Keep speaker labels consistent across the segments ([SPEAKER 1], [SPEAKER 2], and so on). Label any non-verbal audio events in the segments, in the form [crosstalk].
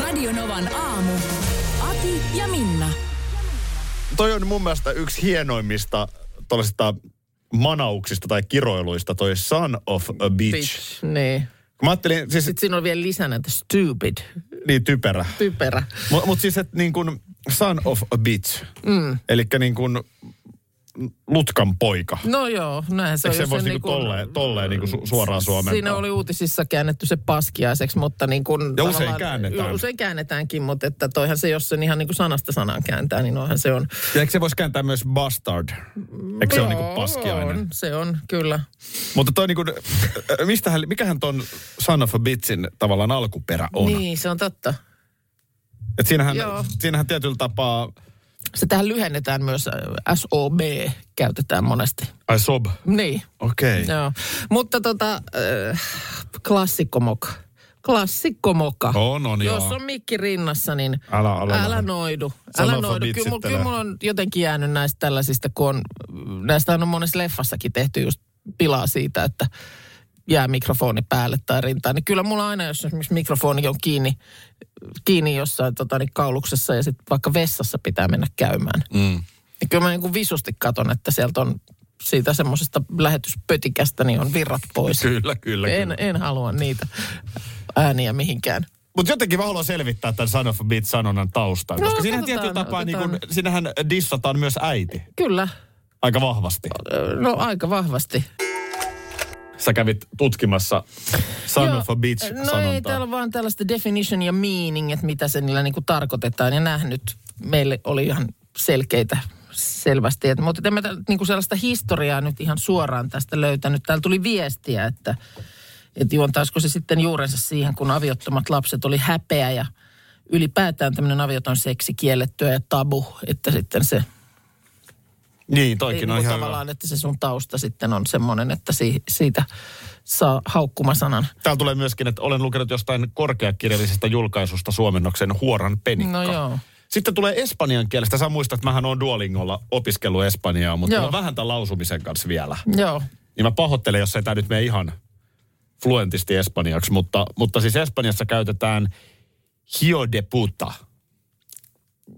[SPEAKER 1] Radionovan aamu. Ati ja Minna.
[SPEAKER 2] toi on mun mielestä yksi hienoimmista tuollaisista manauksista tai kiroiluista, toi son of a bitch. bitch.
[SPEAKER 3] Bitch, niin.
[SPEAKER 2] Mä ajattelin, siis
[SPEAKER 3] Sitten siinä on vielä lisänä, että stupid,
[SPEAKER 2] niin typerä.
[SPEAKER 3] typerä.
[SPEAKER 2] Mutta mut siis, että niin kuin son of a bitch. Mm. Eli niin kuin lutkan poika.
[SPEAKER 3] No joo, näinhän se
[SPEAKER 2] Eikö
[SPEAKER 3] on.
[SPEAKER 2] se voisi niinku tolleen, tolleen niinku su- suoraan suomentaa?
[SPEAKER 3] Siinä oli uutisissa käännetty se paskiaiseksi, mutta niin kuin...
[SPEAKER 2] usein
[SPEAKER 3] tavallaan-
[SPEAKER 2] käännetään.
[SPEAKER 3] Usein käännetäänkin, mutta että toihan se, jos sen ihan niin kuin sanasta sanaan kääntää, niin onhan se on.
[SPEAKER 2] Ja eikö se voisi kääntää myös bastard? Eikö se ole niinku
[SPEAKER 3] Joo,
[SPEAKER 2] paskiainen?
[SPEAKER 3] on, Se on, kyllä.
[SPEAKER 2] Mutta toi niinku, äh, mistähän, mikähän ton son of a bitchin tavallaan alkuperä on? Niin.
[SPEAKER 3] Niin, se on totta.
[SPEAKER 2] Et siinähän,
[SPEAKER 3] Joo.
[SPEAKER 2] siinähän tietyllä tapaa,
[SPEAKER 3] Se tähän lyhennetään myös, äh, SOB käytetään monesti.
[SPEAKER 2] ai sob,
[SPEAKER 3] Niin,
[SPEAKER 2] okei. Okay.
[SPEAKER 3] joo. Mutta tota, äh, klassikkomoka. Klassikkomoka.
[SPEAKER 2] On, on,
[SPEAKER 3] Jos
[SPEAKER 2] joo.
[SPEAKER 3] on mikki rinnassa, niin
[SPEAKER 2] Älä-
[SPEAKER 3] älä,
[SPEAKER 2] älä- älä.
[SPEAKER 3] älä, älä noidu.
[SPEAKER 2] Sano,
[SPEAKER 3] Älä
[SPEAKER 2] Fabit,
[SPEAKER 3] noidu. Kyllä, mul-
[SPEAKER 2] sitten
[SPEAKER 3] kyllä
[SPEAKER 2] älä.
[SPEAKER 3] mulla on jotenkin jäänyt näistä tällaisista, kun on, näistä on monessa leffassakin tehty just pilaa siitä, että jää mikrofoni päälle tai rintaan. Niin kyllä mulla aina, jos esimerkiksi mikrofoni on kiinni, kiinni jossain tota, niin kauluksessa ja sitten vaikka vessassa pitää mennä käymään. Mm. Niin kyllä mä niin kuin visusti katon, että sieltä on siitä semmoisesta lähetyspötikästä, niin on virrat pois.
[SPEAKER 2] Kyllä, kyllä,
[SPEAKER 3] en,
[SPEAKER 2] kyllä.
[SPEAKER 3] en halua niitä ääniä mihinkään.
[SPEAKER 2] Mutta jotenkin mä haluan selvittää tämän son of a bitch sanonnan taustan,
[SPEAKER 3] No,
[SPEAKER 2] koska siinähän
[SPEAKER 3] katsotaan,
[SPEAKER 2] tietyllä tapaa, niin
[SPEAKER 3] otetaan.
[SPEAKER 2] kun, siinähän dissataan myös äiti
[SPEAKER 3] Kyllä.
[SPEAKER 2] aika vahvasti.
[SPEAKER 3] Ö, No aika vahvasti.
[SPEAKER 2] Sä kävit tutkimassa son
[SPEAKER 3] Joo,
[SPEAKER 2] of a bitch
[SPEAKER 3] No ei,
[SPEAKER 2] sanontaa.
[SPEAKER 3] täällä on vaan tällaista definition ja meaning, että mitä se niillä niinku tarkoitetaan. Ja nähnyt, meille oli ihan selkeitä selvästi. Et, mutta en mä täältä niinku sellaista historiaa nyt ihan suoraan tästä löytänyt. Täällä tuli viestiä, että et juontaisiko se sitten juurensa siihen, kun aviottomat lapset oli häpeä ja ylipäätään tämmöinen avioton seksi kiellettyä ja tabu, että sitten se
[SPEAKER 2] Niin,
[SPEAKER 3] Ei,
[SPEAKER 2] toikin
[SPEAKER 3] niin
[SPEAKER 2] on
[SPEAKER 3] kuin
[SPEAKER 2] ihan
[SPEAKER 3] tavallaan,
[SPEAKER 2] hyvä.
[SPEAKER 3] että se sun tausta sitten on semmoinen, että si- siitä saa haukkumasanan.
[SPEAKER 2] Täällä tulee myöskin, että olen lukenut jostain korkeakirjallisesta julkaisusta suomennoksen Huoran penikka.
[SPEAKER 3] No joo.
[SPEAKER 2] Sitten tulee espanjan kielestä. Sä muistat, että mähän on Duolingolla opiskellut espanjaa, mutta
[SPEAKER 3] Joo.
[SPEAKER 2] mulla on vähän tämän lausumisen kanssa vielä.
[SPEAKER 3] Joo,
[SPEAKER 2] Niin mä pahoittelen, jos ei tämä nyt mene ihan fluentisti espanjaksi, mutta, mutta siis Espanjassa käytetään hijo de puta.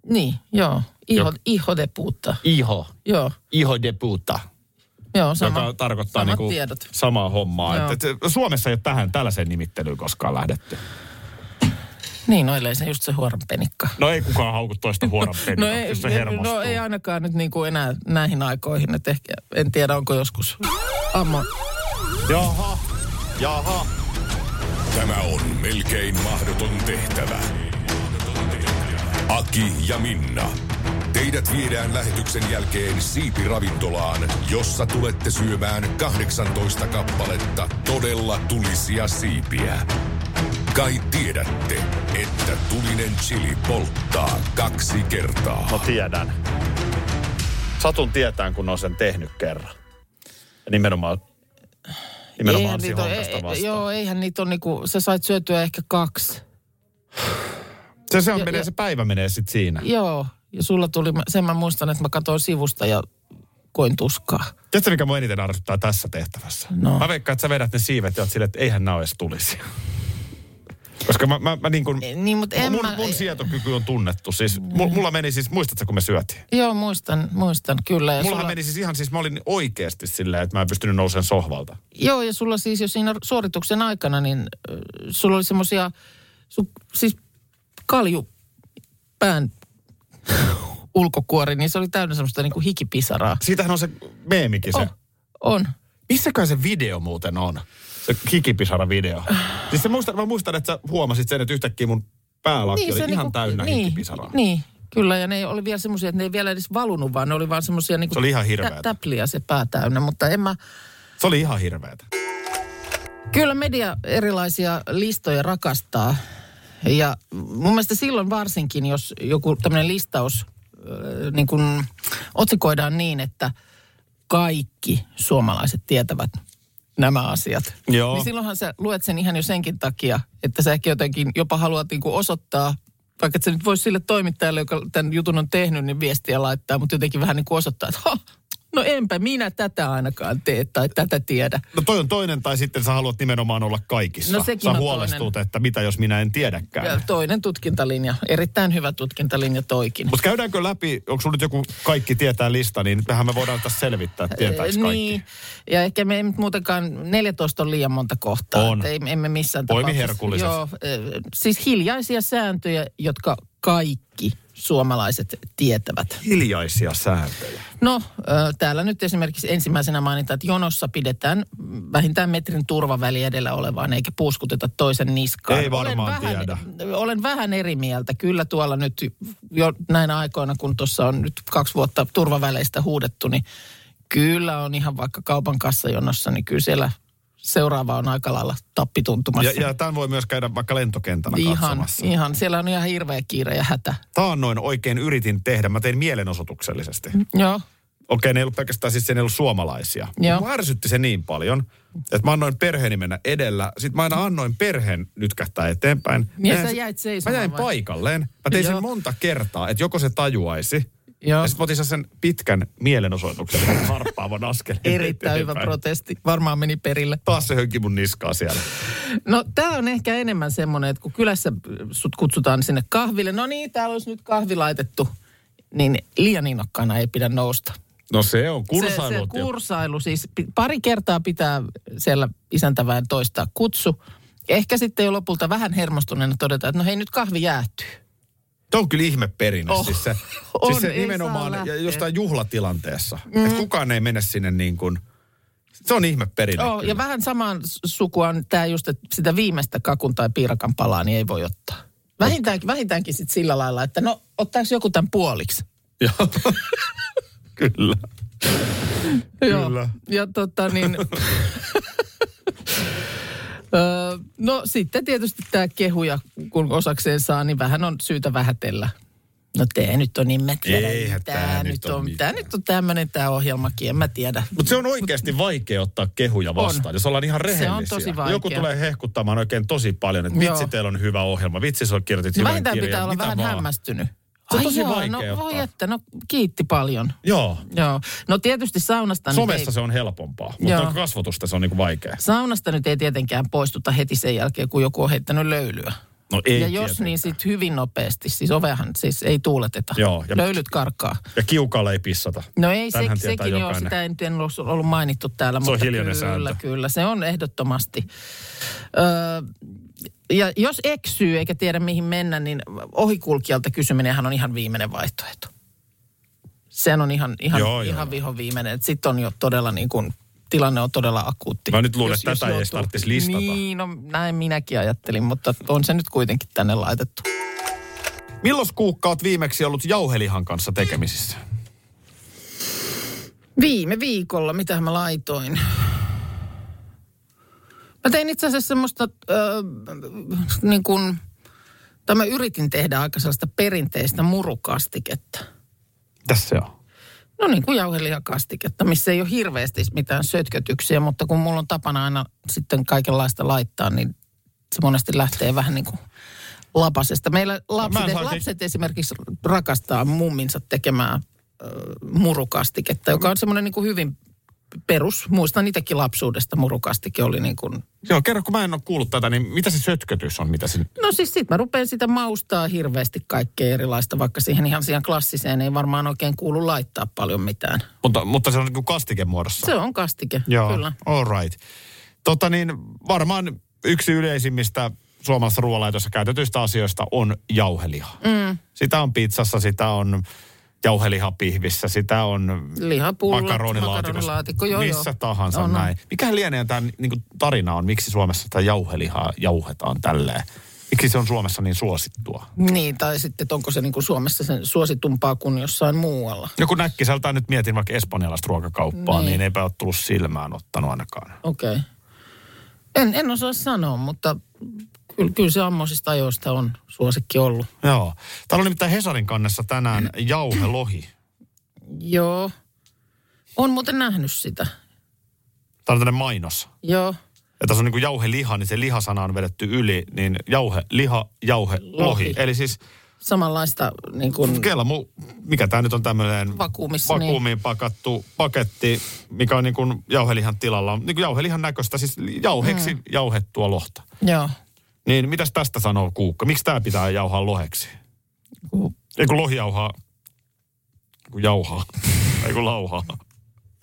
[SPEAKER 3] niin, joo. Iho,
[SPEAKER 2] Jok-
[SPEAKER 3] iho de puta.
[SPEAKER 2] Iho.
[SPEAKER 3] Joo,
[SPEAKER 2] Iho de puta.
[SPEAKER 3] joo, sama.
[SPEAKER 2] Sama, joka tarkoittaa
[SPEAKER 3] samat
[SPEAKER 2] niinku
[SPEAKER 3] tiedot.
[SPEAKER 2] samaa hommaa.
[SPEAKER 3] Joo.
[SPEAKER 2] Et, et, Suomessa ei ole tähän tällaiseen nimittelyyn koskaan lähdetty.
[SPEAKER 3] Niin, no ellei se just se huoran penikka.
[SPEAKER 2] No ei kukaan hauku toista huoran
[SPEAKER 3] [laughs] No
[SPEAKER 2] penikaksi,
[SPEAKER 3] ei,
[SPEAKER 2] jos se hermostuu.
[SPEAKER 3] no ei ainakaan nyt niin kuin enää näihin aikoihin. Et ehkä, en tiedä, onko joskus ammo.
[SPEAKER 2] Jaha, jaha.
[SPEAKER 4] Tämä on melkein mahdoton tehtävä. Aki ja Minna. Teidät viedään lähetyksen jälkeen siipiravintolaan, jossa tulette syömään 18 kappaletta todella tulisia siipiä. Kai tiedätte, että tulinen chili polttaa kaksi kertaa.
[SPEAKER 2] No tiedän. Satun tietään, kun on sen tehnyt kerran. Ja nimenomaan, nimenomaan
[SPEAKER 3] Eihän niitä ole-
[SPEAKER 2] Hansi Honkasta
[SPEAKER 3] niin ei-
[SPEAKER 2] vastaan.
[SPEAKER 3] Joo, eihän niitä ole niinku, sä sait syötyä ehkä kaksi.
[SPEAKER 2] Se, se, on,
[SPEAKER 3] Ja-
[SPEAKER 2] menee,
[SPEAKER 3] ja-
[SPEAKER 2] se päivä menee sitten siinä.
[SPEAKER 3] Joo, ja sulla tuli, sen mä muistan, että mä katsoin sivusta ja koin tuskaa.
[SPEAKER 2] Tiedätkö, mikä mua eniten arvottaa tässä tehtävässä?
[SPEAKER 3] No.
[SPEAKER 2] Mä veikkaan, että sä vedät ne siivet ja oot silleen, että eihän nää ole edes tulisi. Koska mä, mä, mä niin kuin,
[SPEAKER 3] Niin, mutta en
[SPEAKER 2] mun,
[SPEAKER 3] mä... Mm.
[SPEAKER 2] mun sietokyky on tunnettu. Siis, mu- mulla meni siis, muistatko kun me syötiin?
[SPEAKER 3] Joo, muistan, muistan kyllä. Ja
[SPEAKER 2] Mulla
[SPEAKER 3] sulla,
[SPEAKER 2] meni siis ihan siis, mä olin oikeasti silleen, että mä en pystynyt nousemaan sohvalta.
[SPEAKER 3] Joo, ja sulla siis jo siinä suorituksen aikana, niin äh, sulla oli semmosia, sun, siis kalju pään [laughs] ulkokuori, niin se oli täynnä semmoista niinku hikipisaraa.
[SPEAKER 2] Siitähän on se meemikin se.
[SPEAKER 3] On, on.
[SPEAKER 2] Missäkään se video muuten on? Se kikipisara
[SPEAKER 3] [sighs]
[SPEAKER 2] video. Siis se muistan, mä muistan, että sä huomasit sen, että yhtäkkiä mun päälakki niin, oli
[SPEAKER 3] se
[SPEAKER 2] ihan
[SPEAKER 3] niinku-
[SPEAKER 2] täynnä niin,
[SPEAKER 3] niin,
[SPEAKER 2] hikipisaraa. Niin.
[SPEAKER 3] niin, kyllä, ja ne oli vielä semmoisia, että ne ei vielä edes valunut, vaan ne oli vaan semmoisia niinku
[SPEAKER 2] Se oli ihan hirveetä.
[SPEAKER 3] tä- täpliä se pää täynnä, mutta en mä,
[SPEAKER 2] Se oli ihan hirveetä.
[SPEAKER 3] Kyllä media erilaisia listoja rakastaa. Ja mun mielestä silloin varsinkin, jos joku tämmöinen listaus äh, niin kun otsikoidaan niin, että kaikki suomalaiset tietävät nämä asiat.
[SPEAKER 2] Joo.
[SPEAKER 3] Niin silloinhan sä luet sen ihan jo senkin takia, että sä ehkä jotenkin jopa haluat niin kuin osoittaa, vaikka et sä nyt voisi sille toimittajalle, joka tämän jutun on tehnyt, niin viestiä laittaa, mutta jotenkin vähän niin kuin osoittaa, että "Ha, no enpä minä tätä ainakaan tee tai tätä tiedä.
[SPEAKER 2] No toi on toinen, tai sitten sä haluat nimenomaan olla kaikissa.
[SPEAKER 3] No sekin
[SPEAKER 2] sä
[SPEAKER 3] on
[SPEAKER 2] huolestut,
[SPEAKER 3] toinen.
[SPEAKER 2] että mitä jos minä en tiedäkään.
[SPEAKER 3] Ja toinen tutkintalinja, erittäin hyvä tutkintalinja toikin.
[SPEAKER 2] Mutta käydäänkö läpi, onko sulla nyt joku kaikki tietää lista, niin tähän me voidaan tässä selvittää, tietääks
[SPEAKER 3] Eh,
[SPEAKER 2] kaikki.
[SPEAKER 3] Niin, ja ehkä me ei nyt muutenkaan, 14 on liian monta kohtaa.
[SPEAKER 2] On.
[SPEAKER 3] että Ei, emme missään
[SPEAKER 2] Poimi
[SPEAKER 3] tapauksessa.
[SPEAKER 2] herkulliset.
[SPEAKER 3] Joo, eh, siis hiljaisia sääntöjä, jotka kaikki suomalaiset tietävät.
[SPEAKER 2] Hiljaisia sääntöjä.
[SPEAKER 3] No, ö, täällä nyt esimerkiksi ensimmäisenä mainitaan, että jonossa pidetään vähintään metrin turvaväli edellä olevaan, eikä puuskuteta toisen niskaan.
[SPEAKER 2] Ei varmaan
[SPEAKER 3] olen vähän,
[SPEAKER 2] tiedä.
[SPEAKER 3] Olen vähän eri mieltä. Kyllä tuolla nyt jo näinä aikoina, kun tuossa on nyt kaksi vuotta turvaväleistä huudettu, niin kyllä on ihan vaikka kaupan kassajonossa, niin kyllä siellä seuraava on aika lailla tappituntumassa.
[SPEAKER 2] Ja, ja tämän voi myös käydä vaikka lentokentällä
[SPEAKER 3] ihan,
[SPEAKER 2] katsomassa.
[SPEAKER 3] ihan, siellä on ihan hirveä kiire ja hätä.
[SPEAKER 2] Tämä on noin oikein yritin tehdä. Mä tein mielenosoituksellisesti.
[SPEAKER 3] Joo,
[SPEAKER 2] Okei, ne ei ollut pelkästään siis, ne ei ollut suomalaisia.
[SPEAKER 3] Joo.
[SPEAKER 2] Mua ärsytti se niin paljon, että mä annoin perheeni mennä edellä. Sitten mä aina annoin perheen nytkähtää eteenpäin.
[SPEAKER 3] Niin,
[SPEAKER 2] Mä
[SPEAKER 3] sä
[SPEAKER 2] jäin-
[SPEAKER 3] jäit
[SPEAKER 2] Mä
[SPEAKER 3] seisomaan
[SPEAKER 2] jäin
[SPEAKER 3] vai?
[SPEAKER 2] paikalleen. Mä tein
[SPEAKER 3] Joo.
[SPEAKER 2] sen monta kertaa, että joko se tajuaisi.
[SPEAKER 3] Joo.
[SPEAKER 2] Ja sitten mä otin sen pitkän mielenosoituksen harppaavan askeleen.
[SPEAKER 3] [laughs] erittäin hyvä
[SPEAKER 2] eteenpäin.
[SPEAKER 3] protesti. Varmaan meni perille.
[SPEAKER 2] Taas se hönki mun niskaa siellä.
[SPEAKER 3] No tämä on ehkä enemmän semmoinen, että kun kylässä sut kutsutaan sinne kahville, no niin, täällä olisi nyt kahvi laitettu, niin liian innokkaana ei pidä nousta.
[SPEAKER 2] No se on
[SPEAKER 3] Se, se
[SPEAKER 2] kursailut. jo.
[SPEAKER 3] kursailu, siis pi- pari kertaa pitää siellä isäntäväen toistaa kutsu. Ehkä sitten jo lopulta vähän hermostuneena todetaan, että no hei, nyt kahvi jäähtyy.
[SPEAKER 2] Tuo on kyllä ihme perinne.
[SPEAKER 3] Oh,
[SPEAKER 2] Oh,
[SPEAKER 3] [laughs]
[SPEAKER 2] siis se,
[SPEAKER 3] on,
[SPEAKER 2] siis se
[SPEAKER 3] ei saa
[SPEAKER 2] nimenomaan
[SPEAKER 3] lähteä. Mm-hmm.
[SPEAKER 2] ja jostain juhlatilanteessa. Mm. Että kukaan ei mene sinne niin kuin... Se on ihme perinne.
[SPEAKER 3] Joo, Oh, ja vähän samaan s- sukua on tämä just, että sitä viimeistä kakun tai piirakan palaa niin ei voi ottaa. Vähintäänkin, vähintäänkin sitten sillä lailla, että no ottaako joku tämän puoliksi?
[SPEAKER 2] [laughs] Kyllä. Kyllä.
[SPEAKER 3] Ja
[SPEAKER 2] [laughs]
[SPEAKER 3] tota niin... Öö, no sitten tietysti tämä kehuja, kun osakseen saa, niin vähän on syytä vähätellä. No tää nyt on, niin mä tiedän,
[SPEAKER 2] Eihän
[SPEAKER 3] tää,
[SPEAKER 2] tää
[SPEAKER 3] nyt
[SPEAKER 2] nyt
[SPEAKER 3] on,
[SPEAKER 2] on
[SPEAKER 3] tää
[SPEAKER 2] mitään.
[SPEAKER 3] nyt on tämmöinen tämä ohjelmakin, en mä tiedä.
[SPEAKER 2] Mutta se on oikeasti vaikea ottaa kehuja vastaan,
[SPEAKER 3] On.
[SPEAKER 2] jos ollaan ihan
[SPEAKER 3] on
[SPEAKER 2] rehellisiä.
[SPEAKER 3] tosi vaikea.
[SPEAKER 2] Joku tulee hehkuttamaan oikein tosi paljon, että vitsi
[SPEAKER 3] Joo.
[SPEAKER 2] teillä on hyvä ohjelma, vitsi sä kirjoitit
[SPEAKER 3] No
[SPEAKER 2] hyvän
[SPEAKER 3] vähintään
[SPEAKER 2] kirjan,
[SPEAKER 3] pitää olla
[SPEAKER 2] mitä
[SPEAKER 3] vähän
[SPEAKER 2] vaan.
[SPEAKER 3] hämmästynyt.
[SPEAKER 2] Se on
[SPEAKER 3] Ai
[SPEAKER 2] tosi
[SPEAKER 3] joo,
[SPEAKER 2] vaikea
[SPEAKER 3] no, voi
[SPEAKER 2] ottaa.
[SPEAKER 3] että, no kiitti paljon.
[SPEAKER 2] Joo,
[SPEAKER 3] Joo. No tietysti saunasta nyt
[SPEAKER 2] somessa
[SPEAKER 3] ei,
[SPEAKER 2] se on helpompaa,
[SPEAKER 3] Joo.
[SPEAKER 2] mutta on kasvotusta se on niinku vaikea.
[SPEAKER 3] saunasta nyt ei tietenkään poistuta heti sen jälkeen, kun joku on heittänyt löylyä.
[SPEAKER 2] No ei
[SPEAKER 3] ja jos
[SPEAKER 2] tietenkään.
[SPEAKER 3] niin sitten hyvin nopeasti, siis ovehan siis ei tuuleteta.
[SPEAKER 2] Joo, ja-
[SPEAKER 3] Löylyt karkaa.
[SPEAKER 2] Ja kiukalle ei pissata.
[SPEAKER 3] No ei, se,
[SPEAKER 2] Tämänhän tietää
[SPEAKER 3] sekin joo,
[SPEAKER 2] jokainen.
[SPEAKER 3] sitä ei nyt en ollut- ollut mainittu täällä.
[SPEAKER 2] Se on
[SPEAKER 3] mutta
[SPEAKER 2] hiljainen
[SPEAKER 3] kyllä,
[SPEAKER 2] sääntö.
[SPEAKER 3] Kyllä, se on ehdottomasti. Öö, ja jos eksyy eikä tiedä mihin mennä, niin ohikulkijalta kysyminenhän on ihan viimeinen vaihtoehto. Sehän on ihan, ihan,
[SPEAKER 2] Joo, joo,
[SPEAKER 3] ihan
[SPEAKER 2] joo.
[SPEAKER 3] viho viimeinen. Sitten on jo todella niin kuin, tilanne on todella akuutti.
[SPEAKER 2] Mä nyt luulen, että tätä ei edes tarvitsisi listata.
[SPEAKER 3] Niin, no näin minäkin ajattelin, mutta on se nyt kuitenkin tänne laitettu.
[SPEAKER 2] Milloin Kuukka oot viimeksi ollut jauhelihan kanssa tekemisissä?
[SPEAKER 3] Viime viikolla, mitä mä laitoin? Mä tein itse asiassa semmoista, ö, niin kuin, tai mä yritin tehdä aika sellaista perinteistä murukastiketta.
[SPEAKER 2] Tässä se on.
[SPEAKER 3] No niin kuin jauhelihakastiketta, missä ei ole hirveästi mitään sötkötyksiä, mutta kun mulla on tapana aina sitten kaikenlaista laittaa, niin se monesti lähtee vähän niin kuin lapasesta. Meillä
[SPEAKER 2] Mä
[SPEAKER 3] lapset,
[SPEAKER 2] en saisi-
[SPEAKER 3] lapset esimerkiksi rakastaa mumminsa tekemää ö, murukastiketta, joka on semmoinen niin kuin hyvin perus. Muistan itsekin lapsuudesta murukastike oli niin kuin
[SPEAKER 2] Joo, kerro, kun mä en ole kuullut tätä, niin mitä se sötkötys on? Mitä se...
[SPEAKER 3] No siis sit mä rupean sitä maustaa hirveästi kaikkea erilaista, vaikka siihen ihan siihen klassiseen ei varmaan oikein kuulu laittaa paljon mitään.
[SPEAKER 2] Mutta, mutta se on niin kastikemuodossa.
[SPEAKER 3] Se on kastike,
[SPEAKER 2] Joo,
[SPEAKER 3] kyllä.
[SPEAKER 2] all right. Tota niin, varmaan yksi yleisimmistä suomalaisessa ruoanlaitossa käytetyistä asioista on jauheliha. Mm. Sitä on pizzassa, sitä on jauhelihapihvissä, sitä on
[SPEAKER 3] Lihapullat,
[SPEAKER 2] makaronilaatikko,
[SPEAKER 3] makaronilaatikko, joo,
[SPEAKER 2] missä
[SPEAKER 3] joo.
[SPEAKER 2] tahansa
[SPEAKER 3] On, on.
[SPEAKER 2] näin. Mikä lienee tämän niin tarina on, miksi Suomessa tätä jauhelihaa jauhetaan tälleen? Miksi se on Suomessa niin suosittua?
[SPEAKER 3] Niin, tai sitten että onko se niin kuin Suomessa sen suositumpaa kuin jossain muualla.
[SPEAKER 2] Joku näkkiseltään nyt mietin vaikka espanjalaista ruokakauppaa,
[SPEAKER 3] Niin.
[SPEAKER 2] niin, niin eipä ole tullut silmään ottanut ainakaan.
[SPEAKER 3] Okei. Okay. En, en osaa sanoa, mutta Kyllä, kyllä se ammoisista ajoista on suosikki ollut.
[SPEAKER 2] Joo. Täällä on nimittäin Hesarin kannessa tänään jauhelohi.
[SPEAKER 3] Joo. On muuten nähnyt sitä.
[SPEAKER 2] Täällä on tämmöinen mainos.
[SPEAKER 3] Joo.
[SPEAKER 2] Ja tässä on niin kuin jauheliha, niin se lihasana on vedetty yli, niin jauhe, liha, jauhe, lohi.
[SPEAKER 3] Lohi.
[SPEAKER 2] Eli siis
[SPEAKER 3] Samanlaista niin kuin
[SPEAKER 2] kelmu, mikä tämä nyt on tämmöinen
[SPEAKER 3] Vakuumissa, niin.
[SPEAKER 2] vakuumiin pakattu paketti, mikä on niin kuin jauhelihan tilalla, niin kuin jauhelihan näköistä, siis jauheksi mm. jauhettua lohta.
[SPEAKER 3] Joo.
[SPEAKER 2] Niin mitäs tästä sanoo Kuukka? Miksi tämä pitää jauhaa loheksi?
[SPEAKER 3] Ku-
[SPEAKER 2] Ei kun lohi jauhaa, kun jauhaa, [laughs] ei kun lauhaa.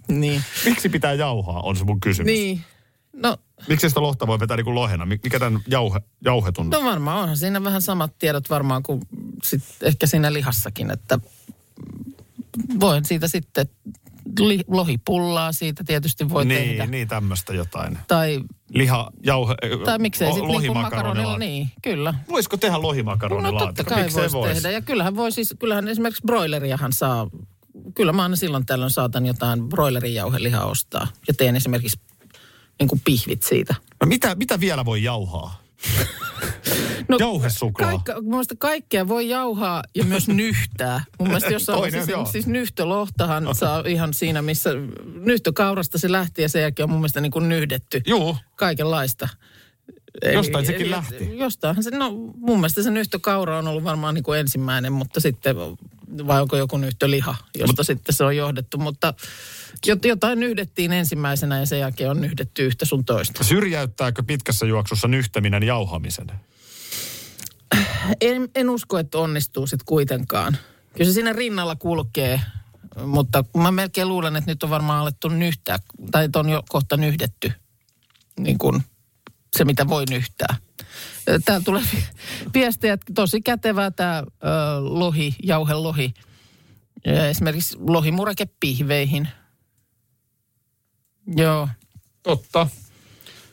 [SPEAKER 3] Niin.
[SPEAKER 2] Miksi pitää jauhaa, on se mun kysymys.
[SPEAKER 3] Niin. No,
[SPEAKER 2] Miksi sitä lohta voi vetää niin kuin lohena? Mik- Mikä tämän jauhe, jauhetun?
[SPEAKER 3] no varmaan onhan siinä vähän samat tiedot varmaan kuin sit ehkä siinä lihassakin, että voin siitä sitten, li, lohipullaa siitä tietysti voi
[SPEAKER 2] niin,
[SPEAKER 3] tehdä.
[SPEAKER 2] niin tämmöistä jotain.
[SPEAKER 3] Tai,
[SPEAKER 2] Liha, jauhe,
[SPEAKER 3] tai miksei
[SPEAKER 2] lo-
[SPEAKER 3] sitten niin kuin makaronilla,
[SPEAKER 2] lohimakaronilaat-
[SPEAKER 3] niin kyllä.
[SPEAKER 2] Voisiko tehdä
[SPEAKER 3] No
[SPEAKER 2] lohimakaronilaatikolla?
[SPEAKER 3] totta kai
[SPEAKER 2] Miksei
[SPEAKER 3] voisi vois. tehdä. Ja kyllähän voi siis, kyllähän esimerkiksi broileriahan saa, kyllä mä aina silloin tällöin saatan jotain broilerin jauhelihaa ostaa. Ja teen esimerkiksi niin kuin pihvit siitä.
[SPEAKER 2] No mitä, mitä vielä voi jauhaa?
[SPEAKER 3] No,
[SPEAKER 2] Jauhesuklaa.
[SPEAKER 3] Kaikka, mun mielestä kaikkea voi jauhaa ja
[SPEAKER 2] [laughs]
[SPEAKER 3] myös nyhtää. Mun mielestä jos on
[SPEAKER 2] Toinen,
[SPEAKER 3] siis,
[SPEAKER 2] joo.
[SPEAKER 3] siis nyhtölohtahan saa ihan siinä, missä nyhtökaurasta se lähti ja sen jälkeen on mun mielestä niin kuin nyhdetty
[SPEAKER 2] Juu,
[SPEAKER 3] kaikenlaista.
[SPEAKER 2] Jostain sekin lähti.
[SPEAKER 3] Jostainhan se, no mun mielestä se nyhtökaura on ollut varmaan niin kuin ensimmäinen, mutta sitten, vai onko joku nyhtöliha, josta sitten se on johdettu. Mutta jot- jotain nyhdettiin ensimmäisenä ja sen jälkeen on nyhdetty yhtä sun toista.
[SPEAKER 2] syrjäyttääkö pitkässä juoksussa nyhtäminen jauhamisen?
[SPEAKER 3] En, en usko, että onnistuu sitten kuitenkaan. Kyllä se siinä rinnalla kulkee, mutta mä melkein luulen, että nyt on varmaan alettu nyhtää, tai että on jo kohta nyhdetty, niin kuin se mitä voi nyhtää. Täällä tulee viestejä, että tosi kätevää tämä lohi, jauhelohi. Ö, Esimerkiksi lohimurake pihveihin. Joo,
[SPEAKER 2] Totta.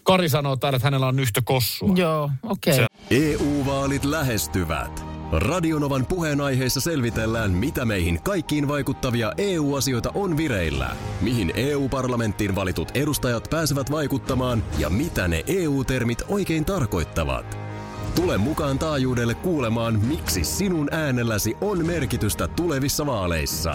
[SPEAKER 2] Kari sanoo täällä, että hänellä on nyhtökossua.
[SPEAKER 3] joo, okei.
[SPEAKER 2] Se-
[SPEAKER 3] Okay.
[SPEAKER 5] EU-vaalit E lähestyvät. Radionovan puheenaiheessa selvitellään, mitä meihin kaikkiin vaikuttavia EU-asioita on vireillä, mihin EU-parlamenttiin valitut edustajat pääsevät vaikuttamaan ja mitä ne EU-termit oikein tarkoittavat. Tule mukaan taajuudelle kuulemaan, miksi sinun äänelläsi on merkitystä tulevissa vaaleissa.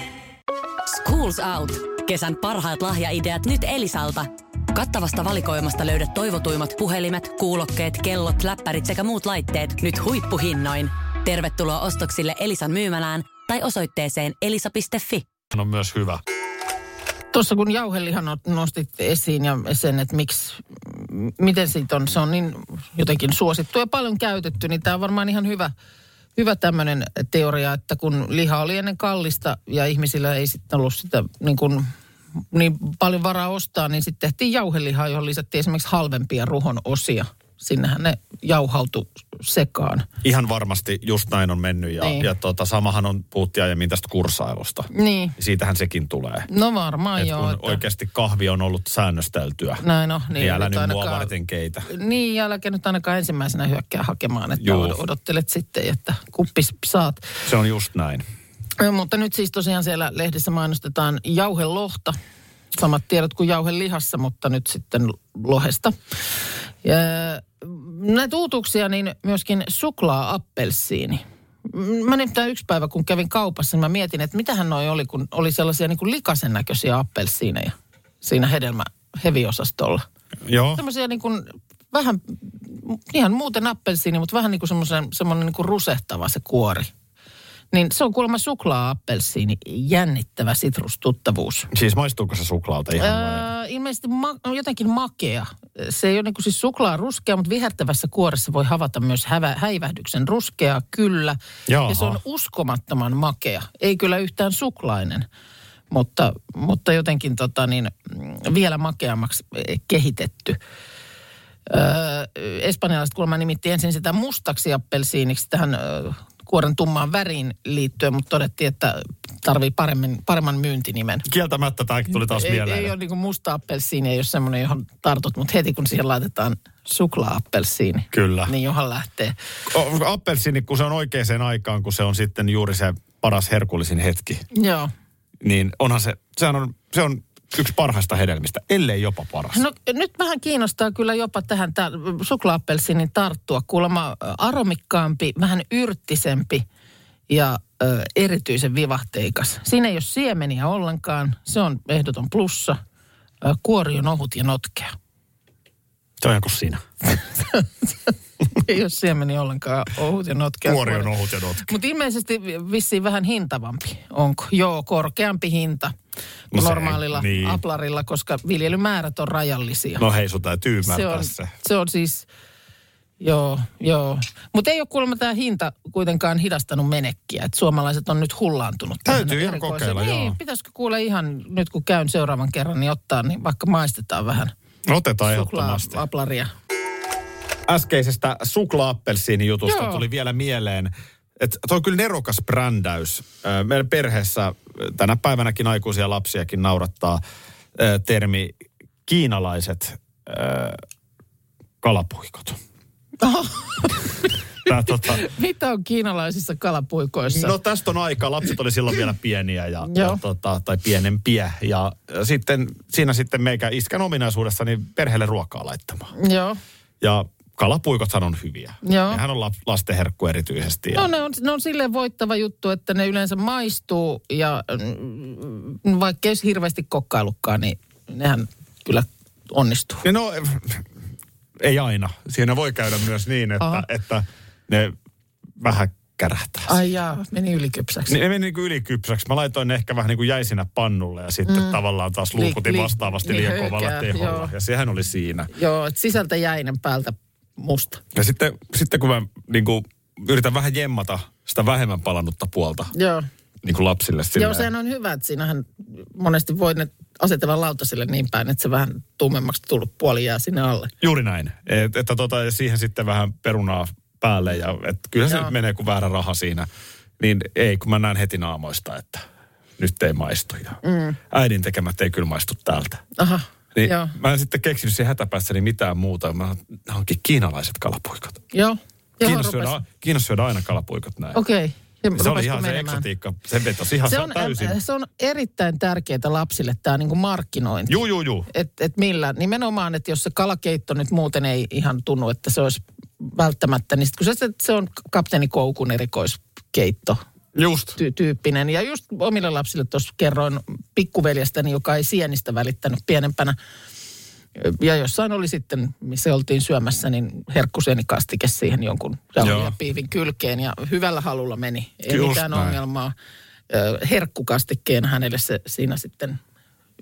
[SPEAKER 6] Schools Out. Kesän parhaat lahjaideat nyt Elisalta. Kattavasta valikoimasta löydät toivotuimmat puhelimet, kuulokkeet, kellot, läppärit sekä muut laitteet nyt huippuhinnoin. Tervetuloa ostoksille Elisan myymälään tai osoitteeseen elisa.fi.
[SPEAKER 2] Hän on myös hyvä.
[SPEAKER 3] Tuossa kun jauhelihan no- nostit esiin ja sen, että miksi, m- miten siitä on, se on niin jotenkin suosittu ja paljon käytetty, niin tämä on varmaan ihan hyvä, hyvä tämmöinen teoria, että kun liha oli ennen kallista ja ihmisillä ei sitten ollut sitä niin, kuin, niin paljon varaa ostaa, niin sitten tehtiin jauhelihaa, johon lisättiin esimerkiksi halvempia ruhon osia. Sinnehän ne jauhautu sekaan.
[SPEAKER 2] Ihan varmasti just näin on mennyt ja,
[SPEAKER 3] Niin.
[SPEAKER 2] ja tota, samahan on puhuttiin aiemmin tästä kursailusta.
[SPEAKER 3] Niin,
[SPEAKER 2] Siitähän sekin tulee.
[SPEAKER 3] no varmaan
[SPEAKER 2] Et
[SPEAKER 3] joo.
[SPEAKER 2] kun
[SPEAKER 3] että-
[SPEAKER 2] oikeasti kahvi on ollut säännösteltyä,
[SPEAKER 3] Näin on.
[SPEAKER 2] niin, niin älä
[SPEAKER 3] nyt
[SPEAKER 2] nyt mua
[SPEAKER 3] ainakaan-
[SPEAKER 2] varten keitä.
[SPEAKER 3] Niin, ja älkää nyt ainakaan ensimmäisenä hyökkää hakemaan, että
[SPEAKER 2] Juu.
[SPEAKER 3] Juu. odottelet sitten, että kuppis saat.
[SPEAKER 2] Se on just näin.
[SPEAKER 3] No, mutta nyt siis tosiaan siellä lehdessä mainostetaan jauhelohta. Samat tiedot kuin jauhelihassa, mutta nyt sitten lohesta. Ja, mm, näitä uutuuksia, niin myöskin suklaa-appelsiini. M- Mä nimittäin yksi päivä, kun kävin kaupassa, niin mä mietin, että mitähän noi oli, kun oli sellaisia niin kuin likasen näköisiä appelsiineja siinä hedelmä heviosastolla
[SPEAKER 2] Joo.
[SPEAKER 3] semmoisia niin kuin vähän, ihan muuten appelsiini, mutta vähän niin kuin semmoisen, semmoinen niin kuin rusehtava se kuori. Niin se on kuulemma suklaa-appelsiini, jännittävä sitrustuttavuus.
[SPEAKER 2] Siis maistuuko se suklaalta ihan vai?
[SPEAKER 3] Öö, ilmeisesti ma- on jotenkin makea. Se ei ole niin kuin siis suklaa ruskea, mutta vihertävässä kuoressa voi havata myös hävä- häivähdyksen ruskeaa, kyllä.
[SPEAKER 2] Jaha.
[SPEAKER 3] Ja se on uskomattoman makea. Ei kyllä yhtään suklainen, mutta, mutta jotenkin tota niin, mm, vielä makeammaksi eh, kehitetty. Öö, espanjalaiset kuulemma nimitti ensin sitä mustaksi appelsiiniksi tähän öö, kuoren tummaan väriin liittyen, mutta todettiin, että tarvii paremmin, paremman myyntinimen.
[SPEAKER 2] Kieltämättä tämä tuli taas
[SPEAKER 3] Ei,
[SPEAKER 2] mieleen.
[SPEAKER 3] ei ole niin kuin musta appelsiini, ei ole semmoinen, johon tartut, mutta heti kun siihen laitetaan suklaa-appelsiini,
[SPEAKER 2] Kyllä.
[SPEAKER 3] niin johon lähtee.
[SPEAKER 2] O- Appelsiini, kun se on oikeaan aikaan, kun se on sitten juuri se paras herkullisin hetki,
[SPEAKER 3] Joo.
[SPEAKER 2] niin onhan se, sehän on, se on yksi parhaista hedelmistä, ellei jopa paras.
[SPEAKER 3] No nyt vähän kiinnostaa kyllä jopa tähän ta- suklaappelsiinin tarttua. Kuulemma ö, aromikkaampi, vähän yrttisempi ja ö, erityisen vivahteikas. Siinä ei ole siemeniä ollenkaan, se on ehdoton plussa. Ö, kuori on ohut ja notkea. [laughs]
[SPEAKER 2] Se on ihan kuin siinä.
[SPEAKER 3] ei ole siemeniä ollenkaan, ohut ja notkea.
[SPEAKER 2] Kuori on ohut ja notka.
[SPEAKER 3] Mutta ilmeisesti vi- vissiin vähän hintavampi, onko? Joo, korkeampi hinta kuin
[SPEAKER 2] No se-
[SPEAKER 3] normaalilla
[SPEAKER 2] niin.
[SPEAKER 3] aplarilla, koska viljelymäärät on rajallisia.
[SPEAKER 2] No hei, sun täytyy
[SPEAKER 3] se
[SPEAKER 2] ymmärtää
[SPEAKER 3] on,
[SPEAKER 2] se.
[SPEAKER 3] se on siis, joo, joo. Mutta ei ole kuulemma tämä hinta kuitenkaan hidastanut menekkiä, että suomalaiset on nyt hullaantunut.
[SPEAKER 2] Täytyy
[SPEAKER 3] tähän
[SPEAKER 2] ihan
[SPEAKER 3] erikoiseen-
[SPEAKER 2] kokeilla,
[SPEAKER 3] niin,
[SPEAKER 2] joo.
[SPEAKER 3] pitäisikö kuule ihan nyt kun käyn seuraavan kerran, niin ottaa, niin vaikka maistetaan vähän
[SPEAKER 2] No Otetaan ehdottomasti.
[SPEAKER 3] suklaa-aplaria.
[SPEAKER 2] Äskeisestä suklaappelsiini jutusta
[SPEAKER 3] Joo.
[SPEAKER 2] tuli vielä mieleen, että toi on kyllä nerokas brändäys. Ö, Meidän perheessä ö, tänä päivänäkin aikuisia lapsiakin naurattaa ö, termi kiinalaiset ö,
[SPEAKER 3] [laughs]
[SPEAKER 2] kalapuikot. Tää, tota,
[SPEAKER 3] Mitä on kiinalaisissa kalapuikoissa?
[SPEAKER 2] No tästä on aikaa. Lapset oli silloin vielä pieniä ja, ja
[SPEAKER 3] Joo.
[SPEAKER 2] tota, tai pienempiä. Ja ö, sitten siinä sitten meikä iskän ominaisuudessa niin perheelle ruokaa laittamaan.
[SPEAKER 3] Joo.
[SPEAKER 2] Ja kalapuikothan on hyviä.
[SPEAKER 3] Joo.
[SPEAKER 2] Nehän on lap, lasten herkku erityisesti. Ja,
[SPEAKER 3] No ne on, ne on silleen voittava juttu, että ne yleensä maistuu ja mm, vaikka ei olisi hirveästi kokkailukkaan, niin nehän kyllä onnistuu.
[SPEAKER 2] Ja no, ei aina. Siinä voi käydä myös niin, että,
[SPEAKER 3] Aha.
[SPEAKER 2] että ne vähän kärähtää.
[SPEAKER 3] Ai jaa, meni ylikypsäksi.
[SPEAKER 2] Niin, ne meni niin kuin ylikypsäksi. Mä laitoin ne ehkä vähän niin kuin jäisinä pannulle ja sitten mm. tavallaan taas
[SPEAKER 3] Li-
[SPEAKER 2] luukutin
[SPEAKER 3] li-
[SPEAKER 2] vastaavasti
[SPEAKER 3] li-
[SPEAKER 2] liian kovalla
[SPEAKER 3] höykää,
[SPEAKER 2] teholla.
[SPEAKER 3] niin joo.
[SPEAKER 2] Ja sehän oli siinä.
[SPEAKER 3] Joo, et sisältä jäinen päältä musta.
[SPEAKER 2] Ja sitten, sitten kun mä niin kuin, yritän vähän jemmata sitä vähemmän palannutta puolta
[SPEAKER 3] Joo.
[SPEAKER 2] niin kuin lapsille
[SPEAKER 3] Silleen.
[SPEAKER 2] silleen.
[SPEAKER 3] Joo, sehän on hyvä, että siinähän monesti voi ne asetella lautaselle niin päin, että se vähän tummemmaksi tullut puoli jää sinne alle.
[SPEAKER 2] Juuri näin. Et, että tota, ja siihen sitten vähän perunaa päälle. Ja, et kyllä se
[SPEAKER 3] Joo.
[SPEAKER 2] nyt menee kuin väärä raha siinä. Niin ei, kun mä näen heti naamoista, että nyt ei maistu. Ja mm. Äidin tekemät ei kyllä maistu tältä.
[SPEAKER 3] Aha,
[SPEAKER 2] Niin
[SPEAKER 3] joo.
[SPEAKER 2] mä en sitten keksinyt siihen hätäpässäni mitään muuta. Mä hankin kiinalaiset kalapuikot.
[SPEAKER 3] Joo. Joo,
[SPEAKER 2] Kiinassa syödään, Kiinassa syödään aina kalapuikot näin.
[SPEAKER 3] Okei. Okay.
[SPEAKER 2] Ja Se oli ihan se eksotiikka. Se vetosi ihan
[SPEAKER 3] Se on,
[SPEAKER 2] täysin.
[SPEAKER 3] äh, se on erittäin tärkeää lapsille tämä niinku markkinointi.
[SPEAKER 2] Juu, juu, juu.
[SPEAKER 3] Että et millä, nimenomaan, että jos se kalakeitto nyt muuten ei ihan tunnu, että se olisi välttämättä, niin sit kun se, se- se on kapteeni Koukun erikoiskeitto
[SPEAKER 2] Just.
[SPEAKER 3] ty- tyyppinen. Ja just omille lapsille tuossa kerroin pikkuveljestäni, joka ei sienistä välittänyt pienempänä. Ja jossain oli sitten, missä oltiin syömässä, niin herkkusienikastike siihen jonkun
[SPEAKER 2] Joo.
[SPEAKER 3] ja piivin kylkeen. Ja hyvällä halulla meni. Ei
[SPEAKER 2] Just
[SPEAKER 3] mitään
[SPEAKER 2] näin.
[SPEAKER 3] ongelmaa. Ö, Herkkukastikkeen hänelle se siinä sitten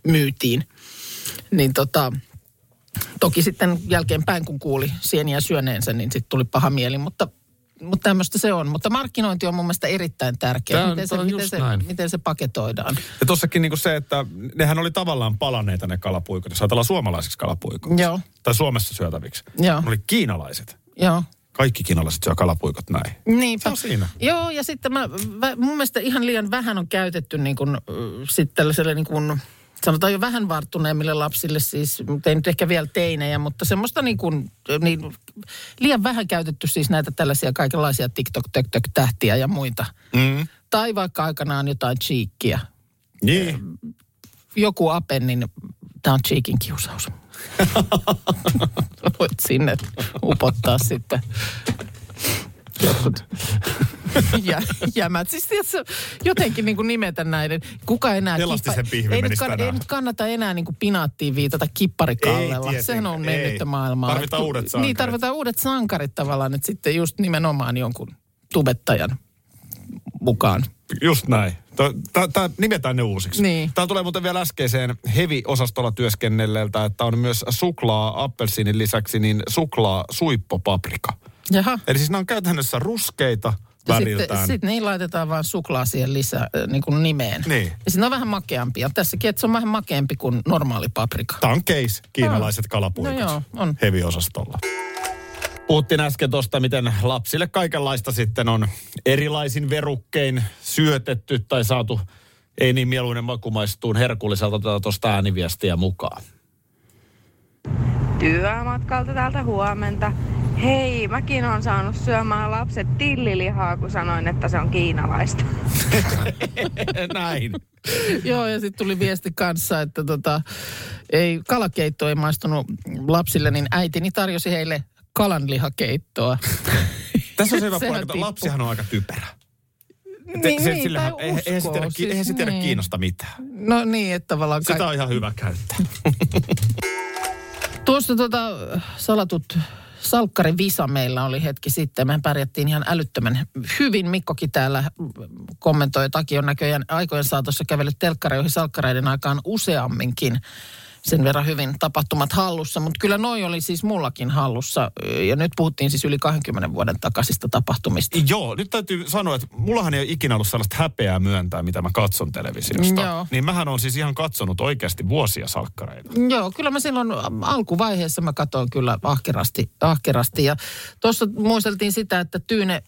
[SPEAKER 3] myytiin. Niin tota, toki sitten jälkeenpäin, kun kuuli sieniä syöneensä, niin sitten tuli paha mieli, mutta, mutta tämmöistä se on. Mutta markkinointi on mun mielestä erittäin
[SPEAKER 2] Tää
[SPEAKER 3] tärkeää.
[SPEAKER 2] on-
[SPEAKER 3] Miten, se,
[SPEAKER 2] tää on
[SPEAKER 3] miten,
[SPEAKER 2] just
[SPEAKER 3] se,
[SPEAKER 2] näin.
[SPEAKER 3] miten se paketoidaan?
[SPEAKER 2] Ja tossakin niinku se, että nehän oli tavallaan palaneita ne kalapuikot, jos ajatellaan suomalaisiksi kalapuikoiksi.
[SPEAKER 3] Joo.
[SPEAKER 2] Tai Suomessa syötäviksi.
[SPEAKER 3] Joo.
[SPEAKER 2] Ne oli kiinalaiset.
[SPEAKER 3] Joo.
[SPEAKER 2] Kaikki kiinalaiset syö kalapuikot näin.
[SPEAKER 3] Niinpä.
[SPEAKER 2] Se on siinä.
[SPEAKER 3] Joo, ja sitten mä, vä, mun mielestä ihan liian vähän on käytetty niin kuin, äh, sit tällaiselle niin kuin, sanotaan jo vähän varttuneemmille lapsille siis, mutta ei nyt ehkä vielä teinejä, mutta semmoista niin kuin, äh, niin, liian vähän käytetty siis näitä tällaisia kaikenlaisia tiktok tök tök tähtiä ja muita. Mm. Tai vaikka aikanaan jotain cheekkiä.
[SPEAKER 2] Niin.
[SPEAKER 3] Joku apen, niin tämä on cheekin kiusaus. [laughs] Voit sinne upottaa sitten [laughs] ja, jämät. Siis tiedätkö, jotenkin niin kuin nimetä näiden. Kuka enää...
[SPEAKER 2] Elastisen pihvi
[SPEAKER 3] ei, nyt niinku
[SPEAKER 2] menisi tänään. Ei
[SPEAKER 3] Sehän on
[SPEAKER 2] tietenkään, ei.
[SPEAKER 3] mennyttä maailmaa.
[SPEAKER 2] Tarvitaan
[SPEAKER 3] Et ku-
[SPEAKER 2] uudet sankarit.
[SPEAKER 3] Niin, tarvitaan uudet sankarit tavallaan nyt sitten just nimenomaan jonkun tubettajan mukaan.
[SPEAKER 2] Just näin. Tämä nimetään ne uusiksi.
[SPEAKER 3] Niin.
[SPEAKER 2] Tää tulee muuten vielä äskeiseen heavy-osastolla työskennelleeltä, että on myös suklaa appelsiinin lisäksi niin suklaa suippopaprika.
[SPEAKER 3] Jaha.
[SPEAKER 2] Eli siis nämä on käytännössä ruskeita väriltään.
[SPEAKER 3] Sitten sit niin laitetaan vaan suklaa siihen lisää äh, niin kuin nimeen.
[SPEAKER 2] Niin.
[SPEAKER 3] Ja sitten on vähän makeampia. Tässäkin, että se on vähän makeampi kuin normaali paprika.
[SPEAKER 2] Tämä on case, kiinalaiset kalapuikat.
[SPEAKER 3] No joo, on.
[SPEAKER 2] Heviosastolla. Puhuttiin äsken tuosta, miten lapsille kaikenlaista sitten on erilaisin verukkein syötetty tai saatu ei niin mieluinen maku maistuun herkulliselta tuosta ääniviestiä mukaan. [laughs]
[SPEAKER 7] työmatkalta täältä huomenta. Hei, mäkin on saanut syömään lapset tillilihaa, kun sanoin, että se on kiinalaista.
[SPEAKER 2] Näin.
[SPEAKER 3] [laughs] Joo, ja sitten tuli viesti kanssa, että tota, ei, kalakeitto ei maistunut lapsille, niin äitini tarjosi heille kalanlihakeittoa.
[SPEAKER 2] [laughs] Tässä on se hyvä
[SPEAKER 3] Sehän
[SPEAKER 2] puoli, että
[SPEAKER 3] tippuu.
[SPEAKER 2] lapsihan on aika typerä.
[SPEAKER 3] Niin,
[SPEAKER 2] se,
[SPEAKER 3] niin,
[SPEAKER 2] sillähän-
[SPEAKER 3] tai
[SPEAKER 2] eihän, eihän se tiedä,
[SPEAKER 3] uskoo,
[SPEAKER 2] ki- eihän se
[SPEAKER 3] siis
[SPEAKER 2] tiedä
[SPEAKER 3] niin.
[SPEAKER 2] kiinnosta mitään.
[SPEAKER 3] No niin, että tavallaan
[SPEAKER 2] Sitä
[SPEAKER 3] kaikki.
[SPEAKER 2] on ihan hyvä käyttää.
[SPEAKER 3] Tuosta tota, salatut salkkari Visa meillä oli hetki sitten. Me pärjättiin ihan älyttömän hyvin. Mikkokin täällä kommentoi jotakin. On näköjään aikojen saatossa kävellyt telkkareihin salkkareiden aikaan useamminkin. Sen verran hyvin tapahtumat hallussa, mutta kyllä noi oli siis mullakin hallussa. Ja nyt puhuttiin siis yli 20 vuoden takaisista tapahtumista.
[SPEAKER 2] Joo, nyt täytyy sanoa, että mullahan ei ole ikinä ollut sellaista häpeää myöntää, mitä mä katson televisiosta.
[SPEAKER 3] Joo.
[SPEAKER 2] Niin mähän on siis ihan katsonut oikeasti vuosia salkkareita.
[SPEAKER 3] Joo, kyllä mä silloin alkuvaiheessa mä katsoin kyllä ahkerasti. ahkerasti. Ja tuossa muisteltiin sitä, että Tyyne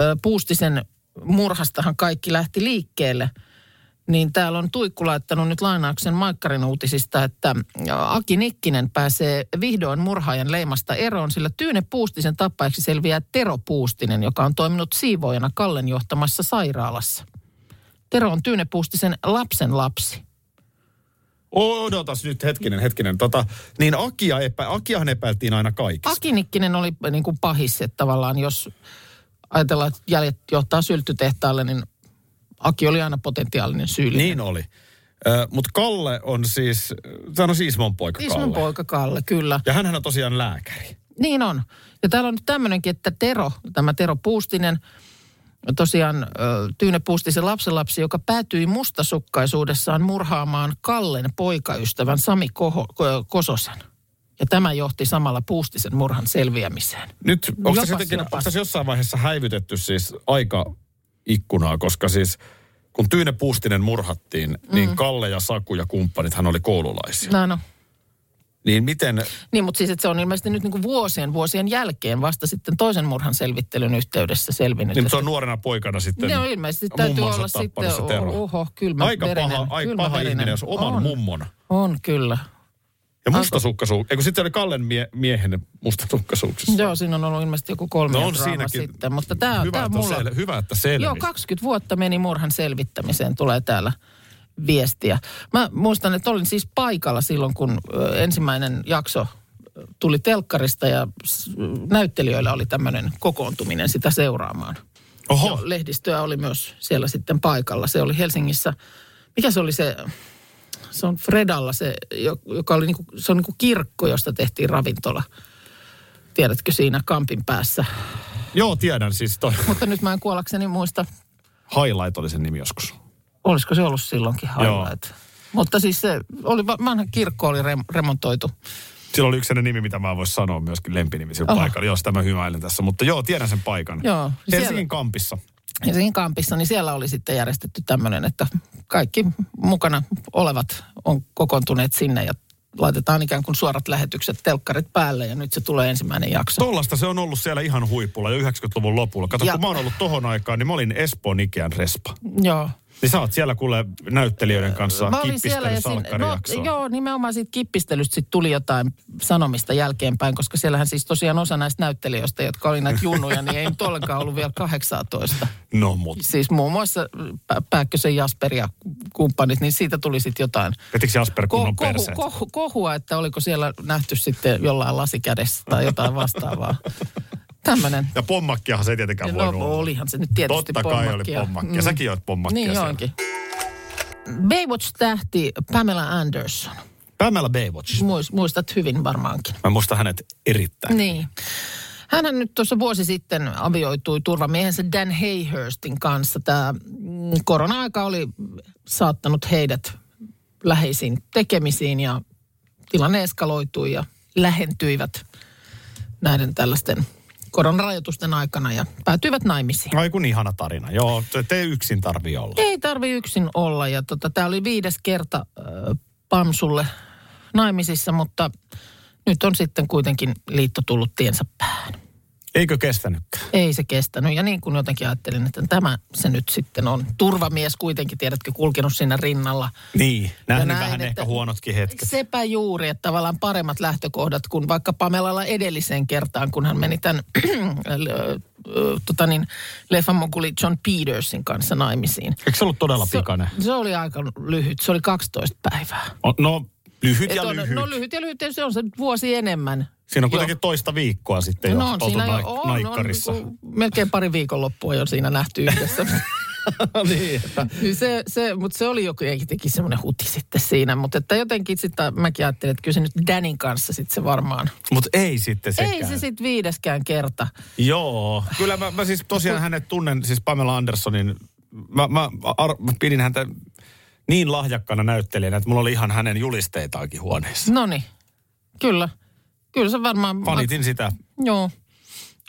[SPEAKER 3] ö, Puustisen murhastahan kaikki lähti liikkeelle. Niin täällä on Tuikku laittanut nyt lainauksen Maikkarin uutisista, että Aki Nikkinen pääsee vihdoin murhaajan leimasta eroon, sillä Tyyne Puustisen tappajaksi selviää Tero Puustinen, joka on toiminut siivoojana Kallen johtamassa sairaalassa. Tero on Tyyne Puustisen lapsen lapsi.
[SPEAKER 2] Odotas nyt, hetkinen, hetkinen. Tota, niin Akia epä, Akiahan epäiltiin aina kaikista.
[SPEAKER 3] Aki Nikkinen oli niin kuin pahis, että tavallaan jos ajatellaan, että jäljet johtaa syltytehtaalle, niin Aki oli aina potentiaalinen syyllinen.
[SPEAKER 2] niin oli. Mutta Kalle on siis, sehän on Siismon poika
[SPEAKER 3] Siis
[SPEAKER 2] Niin, Kalle.
[SPEAKER 3] mun poika Kalle, kyllä.
[SPEAKER 2] Ja hänhän on tosiaan lääkäri.
[SPEAKER 3] Niin on. Ja täällä on nyt tämmöinenkin, että Tero, tämä Tero Puustinen, tosiaan ö, Tyyne Puustisen lapsenlapsi, joka päätyi mustasukkaisuudessaan murhaamaan Kallen poikaystävän Sami Koho, Ko- Kososen. Ja tämä johti samalla Puustisen murhan selviämiseen.
[SPEAKER 2] Nyt, onko
[SPEAKER 3] Jopas,
[SPEAKER 2] tässä, jotenkin,
[SPEAKER 3] jopas.
[SPEAKER 2] onko tässä jossain vaiheessa häivytetty siis aikaikkunaa, koska siis kun Tyyne Puustinen murhattiin,
[SPEAKER 3] Mm.
[SPEAKER 2] niin Kalle ja Saku ja kumppanit hän oli koululaisia.
[SPEAKER 3] No, no.
[SPEAKER 2] Niin miten,
[SPEAKER 3] Niin, mutta siis että se on ilmeisesti nyt niin kuin vuosien vuosien jälkeen vasta sitten toisen murhan selvittelyn yhteydessä selvinnyt.
[SPEAKER 2] niin
[SPEAKER 3] että-
[SPEAKER 2] se on nuorena poikana sitten
[SPEAKER 3] ne on ilmeisesti täytyy
[SPEAKER 2] mummonsa
[SPEAKER 3] olla
[SPEAKER 2] tappanut
[SPEAKER 3] sitten,
[SPEAKER 2] se Tero.
[SPEAKER 3] oho, kylmä
[SPEAKER 2] Aika paha, aika paha ihminen, jos oman
[SPEAKER 3] on,
[SPEAKER 2] mummon.
[SPEAKER 3] On kyllä.
[SPEAKER 2] Ja mustasukkaisuus, eikö sitten oli Kallen mie, miehen mustasukkaisuuksissa?
[SPEAKER 3] Joo, siinä on ollut ilmeisesti joku kolme
[SPEAKER 2] No
[SPEAKER 3] no
[SPEAKER 2] on siinäkin.
[SPEAKER 3] sitten, mutta tämä,
[SPEAKER 2] hyvä,
[SPEAKER 3] tämä
[SPEAKER 2] että on
[SPEAKER 3] mulla...
[SPEAKER 2] sel- hyvä, että selvisi.
[SPEAKER 3] Joo, 20 vuotta meni murhan selvittämiseen, tulee täällä viestiä. Mä muistan, että olin siis paikalla silloin, kun ö, ensimmäinen jakso ö, tuli telkkarista ja s- näyttelijöillä oli tämmöinen kokoontuminen sitä seuraamaan.
[SPEAKER 2] Oho,
[SPEAKER 3] Joo, lehdistöä oli myös siellä sitten paikalla. Se oli Helsingissä, mikä se oli se, se on Fredalla se, jo- joka oli niinku, se on niinku kirkko, josta tehtiin ravintola. Tiedätkö siinä kampin päässä?
[SPEAKER 2] joo tiedän siis, toi [laughs]
[SPEAKER 3] Mutta nyt mä en kuollakseni muista,
[SPEAKER 2] Highlight oli sen nimi joskus.
[SPEAKER 3] olisiko se ollut silloinkin
[SPEAKER 2] Joo.
[SPEAKER 3] highlight. Mutta siis se oli, va- vanha kirkko oli rem, remontoitu.
[SPEAKER 2] Sillä oli yksi sellainen nimi, mitä mä en voi sanoa myöskin lempinimisellä
[SPEAKER 3] Oho.
[SPEAKER 2] paikalla. Joo, sitä mä hymäilen tässä, mutta joo, tiedän sen paikan.
[SPEAKER 3] Joo, siellä-
[SPEAKER 2] Helsingin kampissa.
[SPEAKER 3] Helsingin kampissa, niin siellä oli sitten järjestetty tämmöinen, että kaikki mukana olevat on kokoontuneet sinne ja laitetaan ikään kuin suorat lähetykset telkkarit päälle ja nyt se tulee ensimmäinen jakso.
[SPEAKER 2] Tollasta se on ollut siellä ihan huipulla jo 90-luvun lopulla. Kato,
[SPEAKER 3] Ja-
[SPEAKER 2] kun mä oon ollut tohon aikaan, niin mä olin Espoon Ikean respa.
[SPEAKER 3] Joo.
[SPEAKER 2] Niin sä oot siellä kuule näyttelijöiden kanssa
[SPEAKER 3] Mä olin siellä ja siinä, no,
[SPEAKER 2] kippistellyt no,
[SPEAKER 3] joo, nimenomaan siitä kippistelystä sit tuli jotain sanomista jälkeenpäin, koska siellähän siis tosiaan osa näistä näyttelijöistä, jotka oli näitä junnuja, niin ei nyt ollenkaan ollut vielä 18.
[SPEAKER 2] no mut.
[SPEAKER 3] Siis muun muassa Pä- Pääkkösen Jasper ja kumppanit, niin siitä tuli sitten jotain
[SPEAKER 2] Petikö Jasper kunnon perseet?
[SPEAKER 3] kohu, kohua, että oliko siellä nähty sitten jollain lasikädessä tai jotain
[SPEAKER 2] [laughs]
[SPEAKER 3] vastaavaa. Tämmöinen.
[SPEAKER 2] Ja pommakkiahan se ei tietenkään
[SPEAKER 3] No
[SPEAKER 2] voinut olla.
[SPEAKER 3] olihan se nyt tietysti
[SPEAKER 2] Totta kai oli
[SPEAKER 3] pommakkia.
[SPEAKER 2] pommakkia. Säkin oot pommakkia
[SPEAKER 3] Niin
[SPEAKER 2] siellä.
[SPEAKER 3] onkin. Baywatch-tähti Pamela Anderson.
[SPEAKER 2] Pamela Baywatch.
[SPEAKER 3] Muis, muistat hyvin varmaankin.
[SPEAKER 2] Mä muistan hänet erittäin.
[SPEAKER 3] Niin. Hänhän nyt tuossa vuosi sitten avioitui turvamiehensä Dan Hayhurstin kanssa. Tämä korona-aika oli saattanut heidät läheisiin tekemisiin ja tilanne eskaloitui ja lähentyivät näiden tällaisten koronarajoitusten aikana ja päätyivät naimisiin.
[SPEAKER 2] Ai kun ihana tarina. Joo, te- te yksin tarvii olla.
[SPEAKER 3] Ei tarvi yksin olla ja tota, tämä oli viides kerta äh, Pamsulle naimisissa, mutta nyt on sitten kuitenkin liitto tullut tiensä päähän.
[SPEAKER 2] Eikö kestänytkään?
[SPEAKER 3] Ei se kestänyt ja niin kuin jotenkin ajattelin, että tämä se nyt sitten on. Turvamies kuitenkin, tiedätkö, kulkenut siinä rinnalla.
[SPEAKER 2] Niin, nähnyt
[SPEAKER 3] näin,
[SPEAKER 2] vähän
[SPEAKER 3] että-
[SPEAKER 2] ehkä huonotkin hetket.
[SPEAKER 3] Sepä juuri, että tavallaan paremmat lähtökohdat kuin vaikka Pamelalla edelliseen kertaan, kun hän meni tämän [clears throat] ö, ö, tota niin, leffan moguli John Petersin kanssa naimisiin.
[SPEAKER 2] Eikö se ollut todella pikainen?
[SPEAKER 3] Se, se oli aika lyhyt, se oli 12 päivää.
[SPEAKER 2] O- No, lyhyt
[SPEAKER 3] Et
[SPEAKER 2] ja
[SPEAKER 3] on,
[SPEAKER 2] lyhyt.
[SPEAKER 3] No lyhyt ja lyhyt, ja se on se vuosi enemmän.
[SPEAKER 2] Siinä on kuitenkin toista viikkoa sitten jo
[SPEAKER 3] no on
[SPEAKER 2] oltu
[SPEAKER 3] siinä jo,
[SPEAKER 2] naik-
[SPEAKER 3] on,
[SPEAKER 2] naikkarissa.
[SPEAKER 3] on niinku melkein pari viikonloppua jo siinä nähty yhdessä.
[SPEAKER 2] [laughs] niin, että
[SPEAKER 3] niin se, se, mutta se oli joku, jotenkin semmoinen huti sitten siinä. Mutta että jotenkin sitten mäkin ajattelin, että kyllä se nyt Danin kanssa sitten se varmaan.
[SPEAKER 2] Mutta ei sitten sekään.
[SPEAKER 3] Ei se sitten viideskään kerta.
[SPEAKER 2] Joo. Kyllä mä, mä siis tosiaan hänet tunnen, siis Pamela Andersonin. Mä, mä, ar- mä pidin häntä niin lahjakkana näyttelijänä, että mulla oli ihan hänen julisteitaankin huoneessa.
[SPEAKER 3] No niin, kyllä. Kyllä se varmaan...
[SPEAKER 2] Fanitin sitä.
[SPEAKER 3] Joo.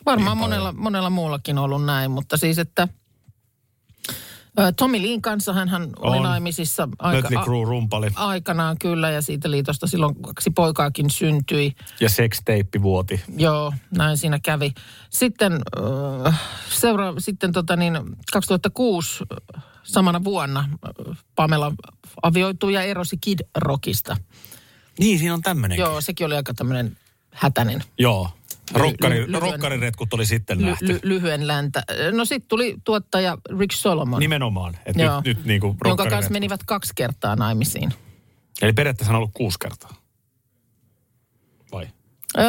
[SPEAKER 3] Varmaan
[SPEAKER 2] Niin
[SPEAKER 3] monella, monella muullakin on ollut näin, mutta siis että ää, Tommy Leen kanssa hän oli
[SPEAKER 2] On.
[SPEAKER 3] naimisissa aika,
[SPEAKER 2] Mötley
[SPEAKER 3] a-
[SPEAKER 2] Crue rumpali
[SPEAKER 3] aikanaan kyllä ja siitä liitosta silloin kaksi poikaakin syntyi.
[SPEAKER 2] ja sexteippi vuoti.
[SPEAKER 3] Joo, näin siinä kävi. Sitten, äh, seura- sitten tota niin, 2006 äh, samana vuonna äh, Pamela avioitui ja erosi Kid Rockista.
[SPEAKER 2] Niin, siinä on tämmöinen. Joo.
[SPEAKER 3] Joo, sekin oli aika tämmöinen hätäinen
[SPEAKER 2] Joo. Rokkari,
[SPEAKER 3] ly- lyhyen-
[SPEAKER 2] rokkariretkut oli sitten
[SPEAKER 3] ly-
[SPEAKER 2] nähty.
[SPEAKER 3] ly- lyhyen läntä. No sitten tuli tuottaja Rick Solomon,
[SPEAKER 2] Nimenomaan. Että Niin, nyt, nyt niin kuin
[SPEAKER 3] jonka kanssa menivät kaksi kertaa naimisiin.
[SPEAKER 2] Eli periaatteessa on ollut kuusi kertaa. Vai?
[SPEAKER 3] Öö,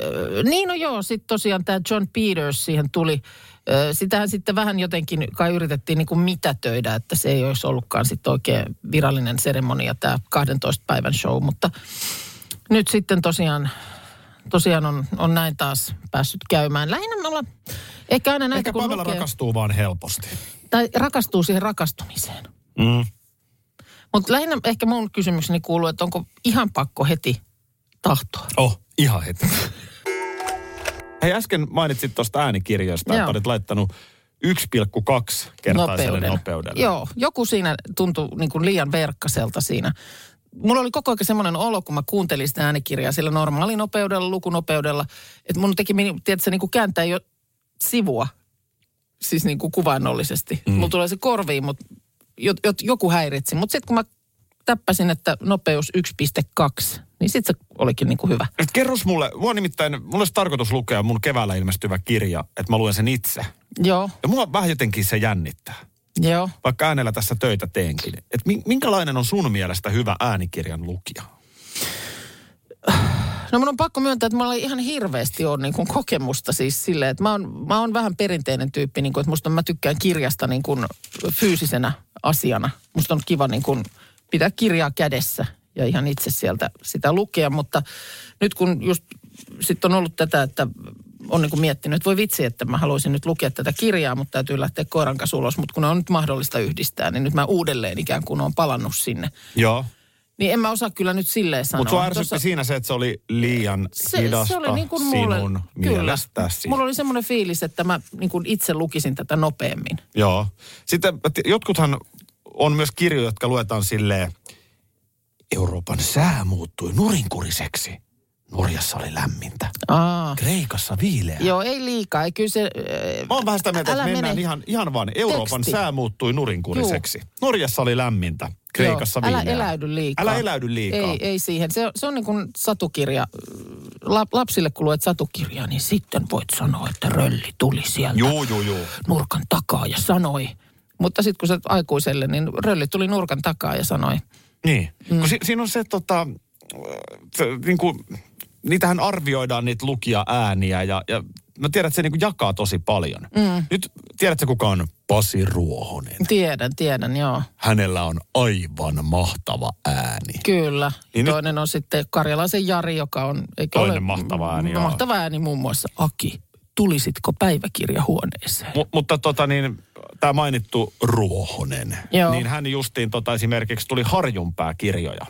[SPEAKER 3] öö, niin no joo, sitten tosiaan tämä John Peters siihen tuli. Öö, sitähän sitten vähän jotenkin kai yritettiin niin kuin mitätöidä, että se ei olisi ollutkaan sitten oikein virallinen seremonia tämä 12 päivän show. Mutta nyt sitten tosiaan, tosiaan on, on näin taas päässyt käymään. Lähinnä me ollaan, ehkä aina näitä
[SPEAKER 2] Ehkä
[SPEAKER 3] kun
[SPEAKER 2] Pamela
[SPEAKER 3] lukee,
[SPEAKER 2] rakastuu vaan helposti.
[SPEAKER 3] tai rakastuu siihen rakastumiseen.
[SPEAKER 2] Mm.
[SPEAKER 3] Mutta lähinnä ehkä mun kysymykseni kuuluu, että onko ihan pakko heti tahtoa?
[SPEAKER 2] Oh, ihan
[SPEAKER 3] [laughs]
[SPEAKER 2] heti. Hei, äsken mainitsit tuosta äänikirjoista, että
[SPEAKER 3] Joo.
[SPEAKER 2] olet laittanut 1,2 kertaiselle nopeudelle. nopeudelle.
[SPEAKER 3] Joo, joku siinä tuntui niin kuin liian verkkaselta siinä. Mulla oli koko ajan semmoinen olo, kun mä kuuntelin sitä äänikirjaa sillä normaalinopeudella, lukunopeudella, että mun teki, meni- tiedätkö, niin kuin kääntää jo sivua, siis niin kuin kuvainnollisesti. Mm. Mulla tulee se korviin, mutta jo, jo, joku häiritsi. Mutta sitten kun mä täppäsin, että nopeus 1,2, niin sitten se olikin niin kuin hyvä.
[SPEAKER 2] Nyt kerros mulle, mua nimittäin, mulla olisi tarkoitus lukea mun keväällä ilmestyvä kirja, että mä luen sen itse.
[SPEAKER 3] Joo,
[SPEAKER 2] Ja mua vähän jotenkin se jännittää,
[SPEAKER 3] joo.
[SPEAKER 2] vaikka äänellä tässä töitä teenkin. Että mi- minkälainen on sun mielestä hyvä äänikirjan lukija?
[SPEAKER 3] No mun on pakko myöntää, että mulla ei ihan hirveästi ole niin kuin kokemusta siis silleen, että mä oon, mä oon vähän perinteinen tyyppi, niin kuin, että musta mä tykkään kirjasta niin kuin fyysisenä asiana. Musta on kiva niin kuin pitää kirjaa kädessä ja ihan itse sieltä sitä lukea, mutta nyt kun just sitten on ollut tätä, että on niin kuin miettinyt, että voi vitsi, että mä haluaisin nyt lukea tätä kirjaa, mutta täytyy lähteä koiran kanssa ulos, mutta kun ne on nyt mahdollista yhdistää, niin nyt mä uudelleen ikään kuin on palannut sinne.
[SPEAKER 2] Joo.
[SPEAKER 3] Niin en mä osaa kyllä nyt silleen sanoa.
[SPEAKER 2] Mutta sua ärsytti
[SPEAKER 3] Tuossa-
[SPEAKER 2] siinä se, että se oli liian se, hidasta se oli niin kuin
[SPEAKER 3] niinku mulle-
[SPEAKER 2] sinun mielestäsi.
[SPEAKER 3] Mulla oli semmoinen fiilis, että mä niin kuin itse lukisin tätä nopeammin.
[SPEAKER 2] Joo. Sitten t- jotkuthan on myös kirjoja, jotka luetaan silleen, Euroopan sää muuttui nurinkuriseksi. Norjassa oli lämmintä.
[SPEAKER 3] Aa.
[SPEAKER 2] Kreikassa viileä.
[SPEAKER 3] Joo, ei liikaa. Ei kyllä se... äh,
[SPEAKER 2] Mä oon vähän sitä mieltä,
[SPEAKER 3] Älä
[SPEAKER 2] että mennään
[SPEAKER 3] mene.
[SPEAKER 2] ihan, ihan vaan. Euroopan
[SPEAKER 3] Teksti.
[SPEAKER 2] sää muuttui nurinkuriseksi. Norjassa oli lämmintä. Kreikassa
[SPEAKER 3] Joo,
[SPEAKER 2] viileä.
[SPEAKER 3] älä eläydy liikaa.
[SPEAKER 2] Älä eläydy liikaa.
[SPEAKER 3] Ei, ei siihen. Se, se on niin kuin satukirja. La, lapsille kun luet satukirjaa, niin sitten voit sanoa, että rölli tuli sieltä
[SPEAKER 2] Juu, juu, juu.
[SPEAKER 3] nurkan takaa ja sanoi. Mutta sitten kun sä oot aikuiselle, niin rölli tuli nurkan takaa ja sanoi.
[SPEAKER 2] Niin. Mm. Kun si- siinä on se, tota, se, niin kuin, niitähän arvioidaan niitä lukia ääniä ja, ja mä tiedän, että se niin kuin jakaa tosi paljon. Mm. Nyt tiedätkö kuka on Pasi Ruohonen?
[SPEAKER 3] Tiedän, tiedän, joo.
[SPEAKER 2] Hänellä on aivan mahtava ääni.
[SPEAKER 3] Kyllä.
[SPEAKER 2] Niin
[SPEAKER 3] Niin
[SPEAKER 2] nyt-
[SPEAKER 3] Toinen on sitten Karjalaisen Jari, joka on... Eikö
[SPEAKER 2] Toinen
[SPEAKER 3] ole,
[SPEAKER 2] mahtava ääni, joo.
[SPEAKER 3] Mahtava ääni muun muassa. Aki, tulisitko päiväkirjahuoneeseen?
[SPEAKER 2] M- mutta tota niin, tämä mainittu Ruohonen,
[SPEAKER 3] Joo.
[SPEAKER 2] niin hän justiin tota esimerkiksi tuli Harjunpää kirjoja.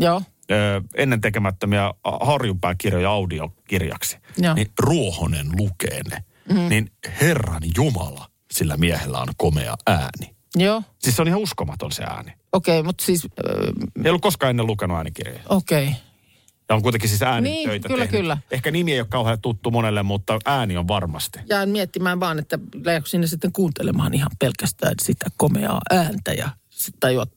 [SPEAKER 3] Joo.
[SPEAKER 2] ö, ennen tekemättömiä harjunpään kirjoja audiokirjaksi.
[SPEAKER 3] Joo. Mm-hmm.
[SPEAKER 2] Niin Ruohonen lukee ne. Mm. Niin Herran Jumala, sillä miehellä on komea ääni.
[SPEAKER 3] Joo,
[SPEAKER 2] Siis se on ihan uskomaton se ääni.
[SPEAKER 3] okei, okay, mutta siis, öö,
[SPEAKER 2] Ei ollut koskaan ennen lukenut äänikirjoja.
[SPEAKER 3] okei. Okay.
[SPEAKER 2] Ja on kuitenkin siis äänitöitä
[SPEAKER 3] Niin, kyllä,
[SPEAKER 2] tehnyt.
[SPEAKER 3] kyllä.
[SPEAKER 2] Ehkä nimi ei ole kauhean tuttu monelle, mutta ääni on varmasti.
[SPEAKER 3] Jään miettimään vaan, että lähdekö sinne sitten kuuntelemaan ihan pelkästään sitä komeaa ääntä ja sitten tajuat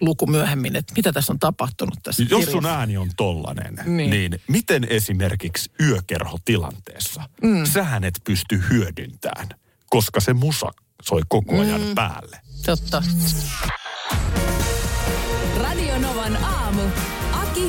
[SPEAKER 3] luku myöhemmin, että mitä tässä on tapahtunut tässä
[SPEAKER 2] Jos sun
[SPEAKER 3] kirjassa.
[SPEAKER 2] ääni on tollanen, niin,
[SPEAKER 3] Niin.
[SPEAKER 2] niin miten esimerkiksi yökerhotilanteessa mm. sähän et pysty hyödyntämään, koska se musa soi koko ajan mm. päälle.
[SPEAKER 3] Totta.
[SPEAKER 1] Radio Novan aamu. Aki